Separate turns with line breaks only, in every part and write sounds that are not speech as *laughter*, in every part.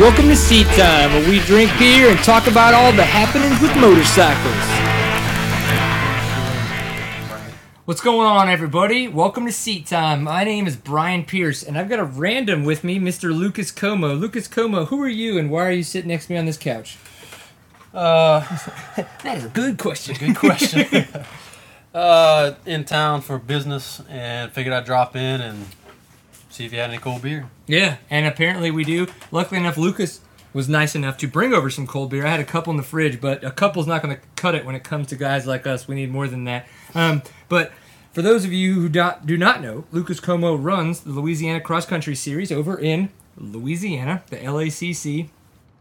Welcome to Sea Time, where we drink beer and talk about all the happenings with motorcycles. What's going on, everybody? Welcome to Seat Time. My name is Brian Pierce, and I've got a random with me, Mr. Lucas Como. Lucas Como, who are you, and why are you sitting next to me on this couch? Uh, *laughs* that is a good question.
Good question. uh, in town for business and figured I'd drop in and see if you had any cold beer.
Yeah, and apparently we do. Luckily enough, Lucas was nice enough to bring over some cold beer. I had a couple in the fridge, but a couple's not going to cut it when it comes to guys like us. We need more than that. Um, but for those of you who do, do not know, Lucas Como runs the Louisiana Cross Country Series over in Louisiana, the LACC,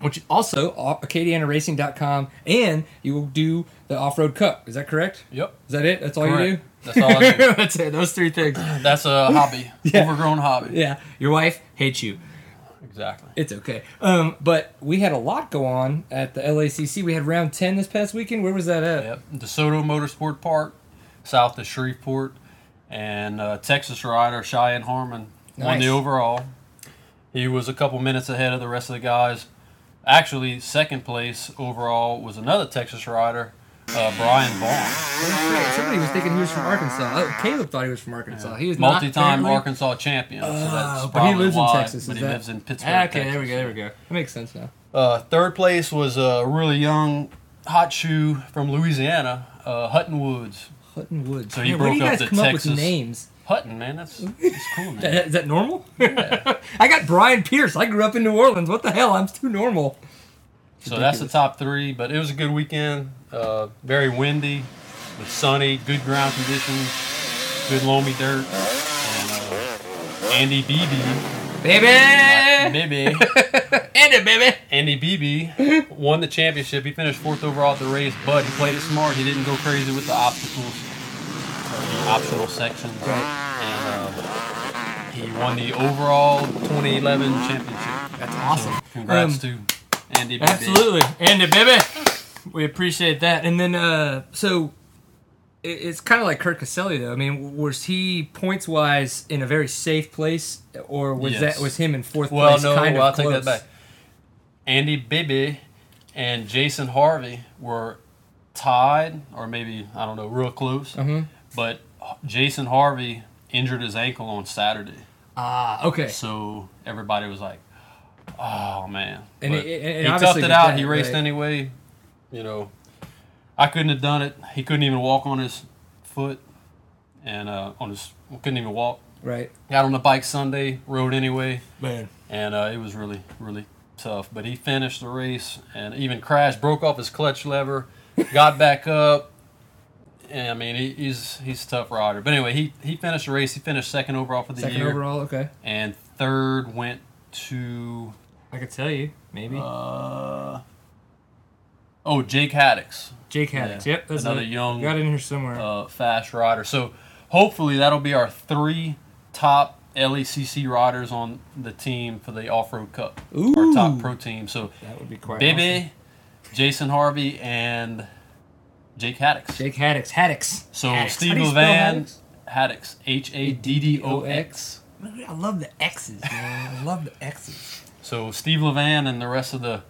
which also uh, AcadianaRacing.com, and you will do the Off Road Cup. Is that correct?
Yep.
Is that it? That's all you
Correct.
do?
That's all I do.
*laughs* That's it. Those three things.
That's a hobby. Overgrown hobby.
Yeah. Your wife hates you.
Exactly.
It's okay. Um, but we had a lot go on at the LACC. We had round 10 this past weekend. Where was that at?
Yep. DeSoto Motorsport Park, south of Shreveport, and uh, Texas rider Cheyenne Harmon won
Nice.
the overall. He was a couple minutes ahead of the rest of the guys. Actually, second place overall was another Texas rider, uh, Brian Vaughn,
That's right. Somebody was thinking he was from Arkansas. Oh, Caleb thought he was from Arkansas. He was not,
multi-time
apparently.
Arkansas champion. so that's
Oh, but
probably
he lives
why,
in Texas.
But
is
he
that-
lives in Pittsburgh.
Ah, okay,
Texas.
there we go. There we go. That makes sense now.
Uh, third place was a really young hot shoe from Louisiana, uh, Hutton Woods.
Hutton Woods.
So he
Man, where do you
broke
guys
up the
come up
Texas-
with names? *laughs*
Hutton, man, that's, that's cool.
Is
Man.
that- is that normal? *laughs* I got Brian Pierce. I grew up in New Orleans. What the hell? I'm too normal.
So that's the top three. But it was a good weekend. Uh, very windy, but sunny, good ground conditions, good loamy dirt, and uh,
*laughs*
Andy Beebe,
Baby! *laughs* And
Bibby,
it, baby!
Andy Beebe won the championship. He finished fourth overall at the race, but he played it smart. He didn't go crazy with the obstacles, or the optional sections. And uh, he won the overall 2011 championship.
That's awesome.
Congrats to Andy Beebe.
Um, Absolutely. Andy Bibby. We appreciate that. And then, uh, so it- it's kind of like Kurt Caselli, though. I mean, was he points wise in a very safe place, or was
Yes.
that was him in fourth
Well,
place?
no,
kind
well, I'll
of
take that
close?
back. Andy Bibby and Jason Harvey were tied, or maybe, I don't know, real close.
Mm-hmm.
But Jason Harvey injured his ankle on Saturday.
Ah, okay.
So everybody was like, "Oh man!"
And
But
it- and- and
he toughed
obviously
it
with
out.
that,
he raced
right.
anyway. You know, I couldn't have done it. He couldn't even walk on his foot, and uh, on his couldn't even walk.
Right.
Got on the bike Sunday, rode anyway,
Man.
and uh, it was really, really tough. But he finished the race, and even crashed, broke off his clutch lever, got back up. And I mean, he, he's he's a tough rider. But anyway, he, he finished the race. He finished second overall for the
Second
year
overall, okay.
and third went to
I could tell you, maybe.
uh, oh Jake Haddix,
Jake Haddix.
yeah.
Yep. That's
Another
it.
young-
Got it in here somewhere.
uh, fast rider. So hopefully that'll be our three top LECC riders on the team for the Off Road Cup, our top
Ooh.
pro team. So
that would be quite awesome.
Bebe, Jason Harvey, and Jake Haddix.
Jake Haddix. Haddix.
So
Haddix. How
Steve
do you spell
Van
Haddix?
Haddix, H A D D O X.
I love the X's, man. I love the X's.
So Steve Levan and the rest of the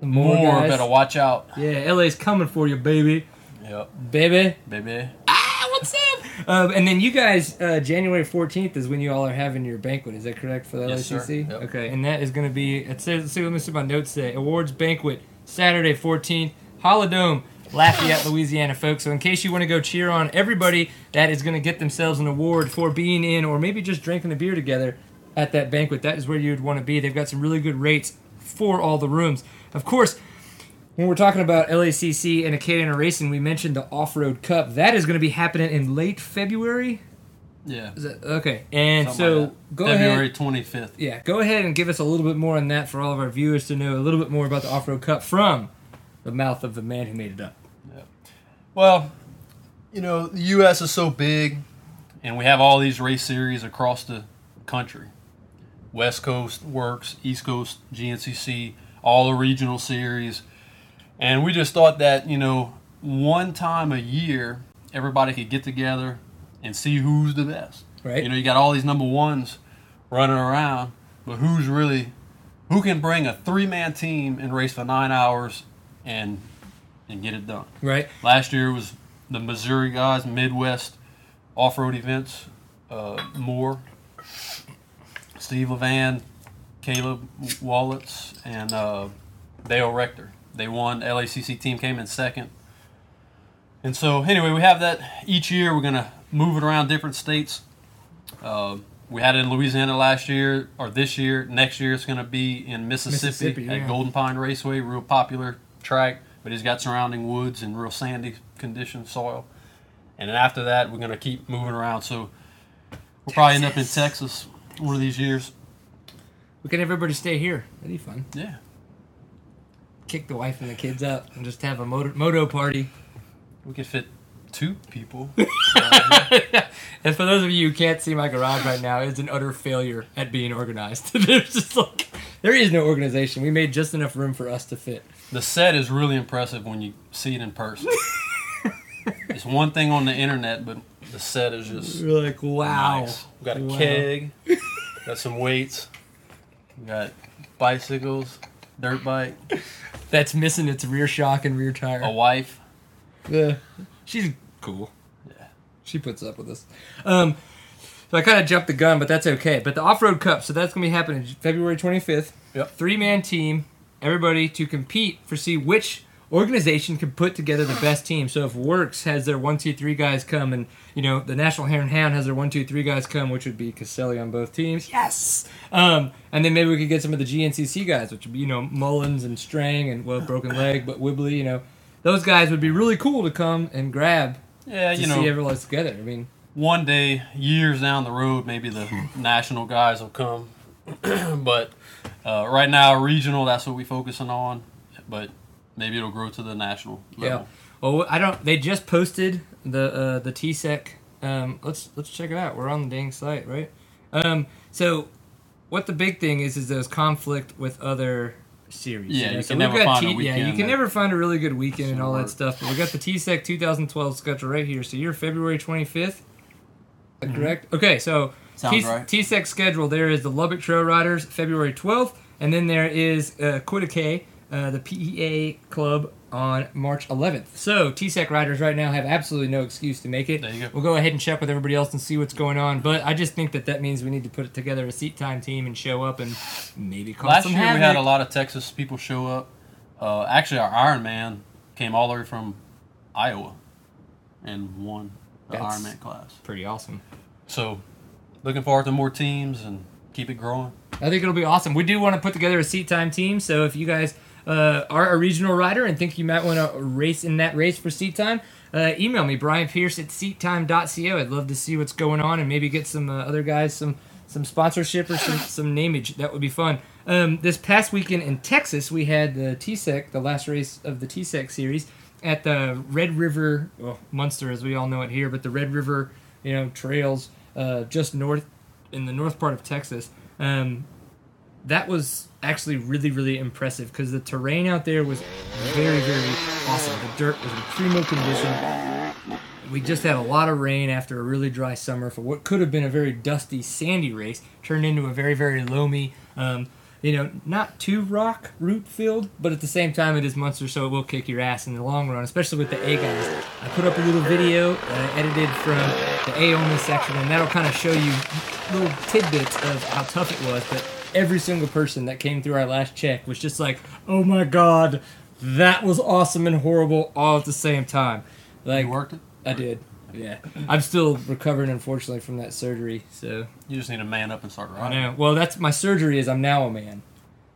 The
more,
guys-
better watch out.
Yeah, LA's coming for you, baby.
Yep,
Baby.
baby.
Ah, what's up? Um, and then you guys, uh, January 14th is when you all are having your banquet. Is that correct for the
Yes, sir.
LACC?
Yep.
Okay, and that is going to be, it says, let's see, let me see what my notes say. Awards banquet, Saturday 14th, Holodome, Lafayette, Louisiana, folks. So in case you want to go cheer on everybody that is going to get themselves an award for being in or maybe just drinking the beer together at that banquet, that is where you'd want to be. They've got some really good rates for all the rooms. Of course, when we're talking about LACC and Acadiana Racing, we mentioned the Off Road Cup. That is going to be happening in late February.
Yeah.
Is that, okay, and
Something
so
like that.
go
February
ahead.
25th.
Yeah, go ahead and give us a little bit more on that for all of our viewers to know a little bit more about the Off Road Cup from the mouth of the man who made it up.
Well, you know, the U.S. is so big, and we have all these race series across the country. West Coast works, East Coast, GNCC, all the regional series. And we just thought that, you know, one time a year, everybody could get together and see who's the best.
Right.
You know, you got all these number ones running around, but who's really Who can bring a three man team and race for nine hours and and get it done?
Right.
Last year was the Missouri guys, Midwest off road events, uh, Moore, Steve Levan, Caleb Wallets, and uh, Dale Rector. They won. LACC team came in second. And so, anyway, we have that each year. We're going to move it around different states. Uh, we had it in Louisiana last year or this year. Next year, it's going to be in Mississippi,
Mississippi,
at
yeah.
Golden Pine Raceway, real popular track, but it's got surrounding woods and real sandy condition soil. And then after that, we're going to keep moving around. So we'll probably end up in Texas one of these years.
We can have everybody stay here. That'd be fun.
Yeah.
Kick the wife and the kids out and just have a moto, moto party.
We could fit two people.
*laughs* And for those of you who can't see my garage right now, it's an utter failure at being organized. *laughs* There's just like there is no organization. We made just enough room for us to fit.
the set is really impressive when you see it
*laughs*
in person. it's one thing on the internet, but the set is just
We're like, wow.
nice. We got a
Wow. *laughs*
keg, got some weights, we got bicycles, dirt bike,
That's missing its rear shock and rear tire.
a wife.
Yeah. She's cool.
Yeah.
She puts up with us. Um, so I kind of jumped the gun, but that's okay. But the off road cup, so that's going to be happening February 25th.
Yep.
Three man team, everybody to compete for see which organization can put together the best team. So if Works has their one, two, three guys come, and you know the National Hare and Hound has their one, two, three guys come, which would be Caselli on both teams. Yes. Um, and then maybe we could get some of the GNCC guys, which would be you know Mullins and Strang and well broken leg, but Wibley, you know. Those guys would be really cool to come and grab
Yeah,
to
you
see
know,
everyone else together. I mean,
one day, years down the road, maybe the national guys will come. *clears throat* but uh, right now, regional, that's what we're focusing on. But maybe it'll grow to the national level.
yeah. Well, I don't. They just posted the uh, the TSEC. Um, let's let's check it out. We're on the dang site, right? Um, so, what the big thing is is those conflict with other series.
Yeah, you
so
can
we've
never
got
find a
Yeah, you
weekend
can
that-
never find a really good weekend and all that
work.
stuff. But we got the TSEC 2012 schedule right here. So you're February 25th. Correct. Okay, so
Mm-hmm. Sounds
T-
right.
TSEC schedule there is the Lubbock Trail Riders February 12th, and then there is uh, Quiddicay, uh, the PEA club on March 11th. So TSEC riders right now have absolutely no excuse to make it.
There you go.
We'll go ahead and check with everybody else and see what's going on. But I just think that that means we need to put together a seat time team and show up and maybe cause
Last
some
year we
havoc.
had a lot of Texas people show up. Uh, actually, our Iron Man came all the way from Iowa and won the
That's-
Iron Man class.
Pretty awesome.
So, looking forward to more teams and keep it growing.
I think it'll be awesome. We do want to put together a seat time team, so if you guys uh, are a regional rider and think you might want to race in that race for seat time, uh, email me Brian Pierce at seattime.co. I'd love to see what's going on and maybe get some uh, other guys some some sponsorship or some some namage. That would be fun. Um, this past weekend in Texas, we had the TSEC, the last race of the TSEC series at the Red River, well, Munster as we all know it here, but the Red River, you know, trails uh, just north in the north part of Texas. Um, that was actually really really impressive because the terrain out there was very very awesome the dirt was in primo condition we just had a lot of rain after a really dry summer for what could have been a very dusty sandy race turned into a very very loamy um, you know not too rock root filled but at the same time it is munster so it will kick your ass in the long run especially with the a guys i put up a little video that i edited from the a only section and that'll kind of show you little tidbits of how tough it was but every single person that came through our last check was just like oh my god that was awesome and horrible all at the same time like
You worked it.
I did. Yeah. I'm still recovering, unfortunately, from that surgery. So
You just need to man up and start
I
riding.
know. Well, that's my surgery is I'm now a man.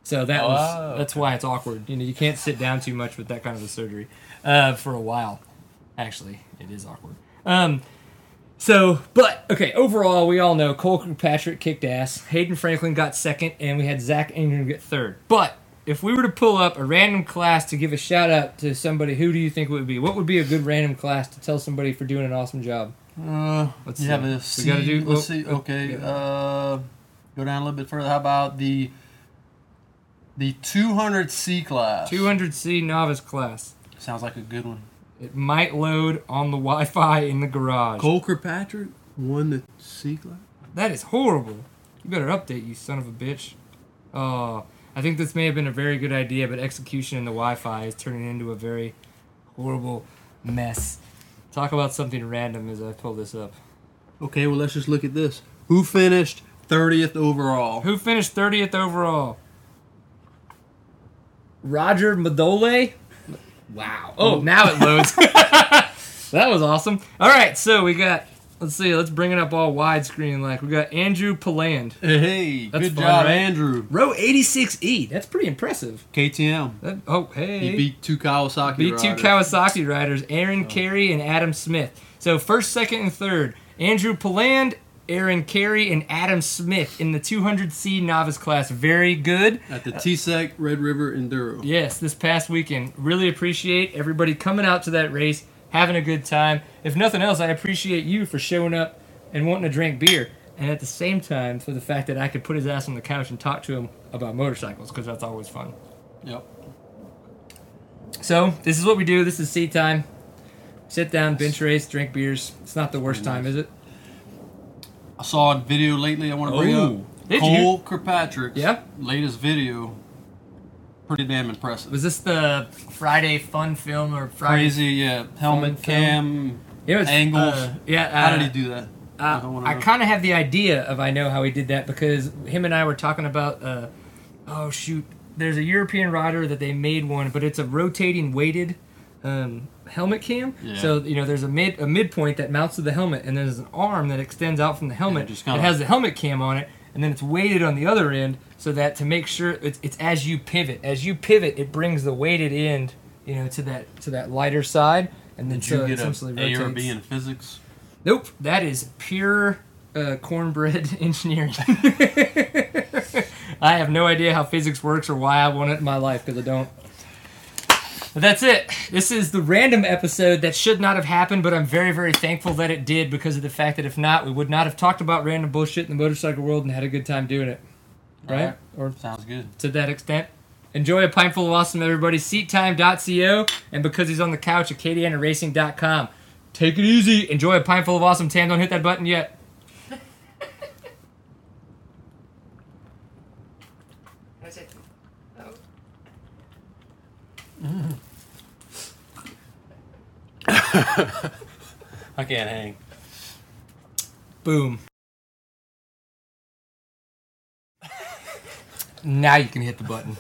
So that
Oh,
was that's why it's awkward. You know, you can't sit down too much with that kind of a surgery uh, for a while. Actually, it is awkward. Um, so, but okay. Overall, we all know Cole Kirkpatrick kicked ass. Hayden Franklin got second, and we had Zach Ingram get third. But if we were to pull up a random class to give a shout out to somebody, who do you think it would be? What would be a good random class to tell somebody for doing an awesome job?
Uh,
Let's
you
see.
have
We
a
gotta
C.
do-
Let's
oh,
see.
oh,
Okay.
yeah.
Uh, go down a little bit further. How about the the 200 C class?
200C novice class.
Sounds like a good one.
It might load on the Wi-Fi in the garage.
Cole Kirkpatrick won the C class.
That is horrible. You better update, you son of a bitch. Oh, I think this may have been a very good idea, but execution in the Wi-Fi is turning into a very horrible mess. Talk about something random as I pull this up.
Okay, well, let's just look at this. Who finished 30th overall?
Who finished 30th overall? Roger Madole? Wow. Oh, now it loads. that was awesome. All right, so we got, let's see, let's bring it up all widescreen like. We got Andrew Paland.
*laughs* Hey,
That's
good
fun,
job,
right?
Andrew.
Row 86E. That's pretty impressive.
KTM.
That, oh, hey.
He beat two Kawasaki
Beat two
riders. Oh.
Kawasaki riders, Aaron Carey and Adam Smith. So first, second, and third, Andrew Paland, Aaron Carey, and Adam Smith in the 200C novice class. Very good.
at the TSEC Red River Enduro.
Yes, this past weekend. Really appreciate everybody coming out to that race, having a good time. If nothing else, I appreciate you for showing up and wanting to drink beer. And at the same time, for the fact that I could put his ass on the couch and talk to him about motorcycles, because that's always fun.
Yep.
So this is what we do. This is seat time. Sit down, bench race, drink beers. It's not the worst time, is it?
I saw a video lately I want to bring
Oh.
up.
Did
Cole Kirkpatrick's
Yeah.
latest video. Pretty damn impressive.
Was this the Friday fun film or Friday?
Crazy, yeah. Helmet,
Helmet
cam,
It was,
angles.
uh, yeah.
How
uh,
did he do that?
Uh,
don't wanna
I
know.
kind of have the idea of I know how he did that because him and I were talking about. Uh, oh shoot, there's a European rider that they made one, but it's a rotating weighted um, helmet cam.
Yeah.
So you know, there's a mid a midpoint that mounts to the helmet, and there's an arm that extends out from the helmet.
just
that
kinda-
has the helmet cam on it, and then it's weighted on the other end, so that to make sure it's, it's as you pivot, as you pivot, it brings the weighted end, you know, to that to that lighter side, and then
Did you
so it
get a
uh, essentially
A or a B
rotates.
in physics?
Nope, that is pure uh, cornbread *laughs* engineering. I have no idea how physics works or why I want it in my life because I don't. But that's it. This is the random episode that should not have happened, but I'm very, very thankful that it did because of the fact that if not, we would not have talked about random bullshit in the motorcycle world and had a good time doing it. Right?
Alright.
Or
Sounds good.
to that extent. Enjoy a pintful of awesome, everybody. Seattime.co and because he's on the couch, AcadianaRacing.com. Take it easy. Enjoy a pintful of awesome. Tam, don't hit that button yet.
That's it. Oh.
I can't hang.
Boom. *laughs* Now you can hit the button.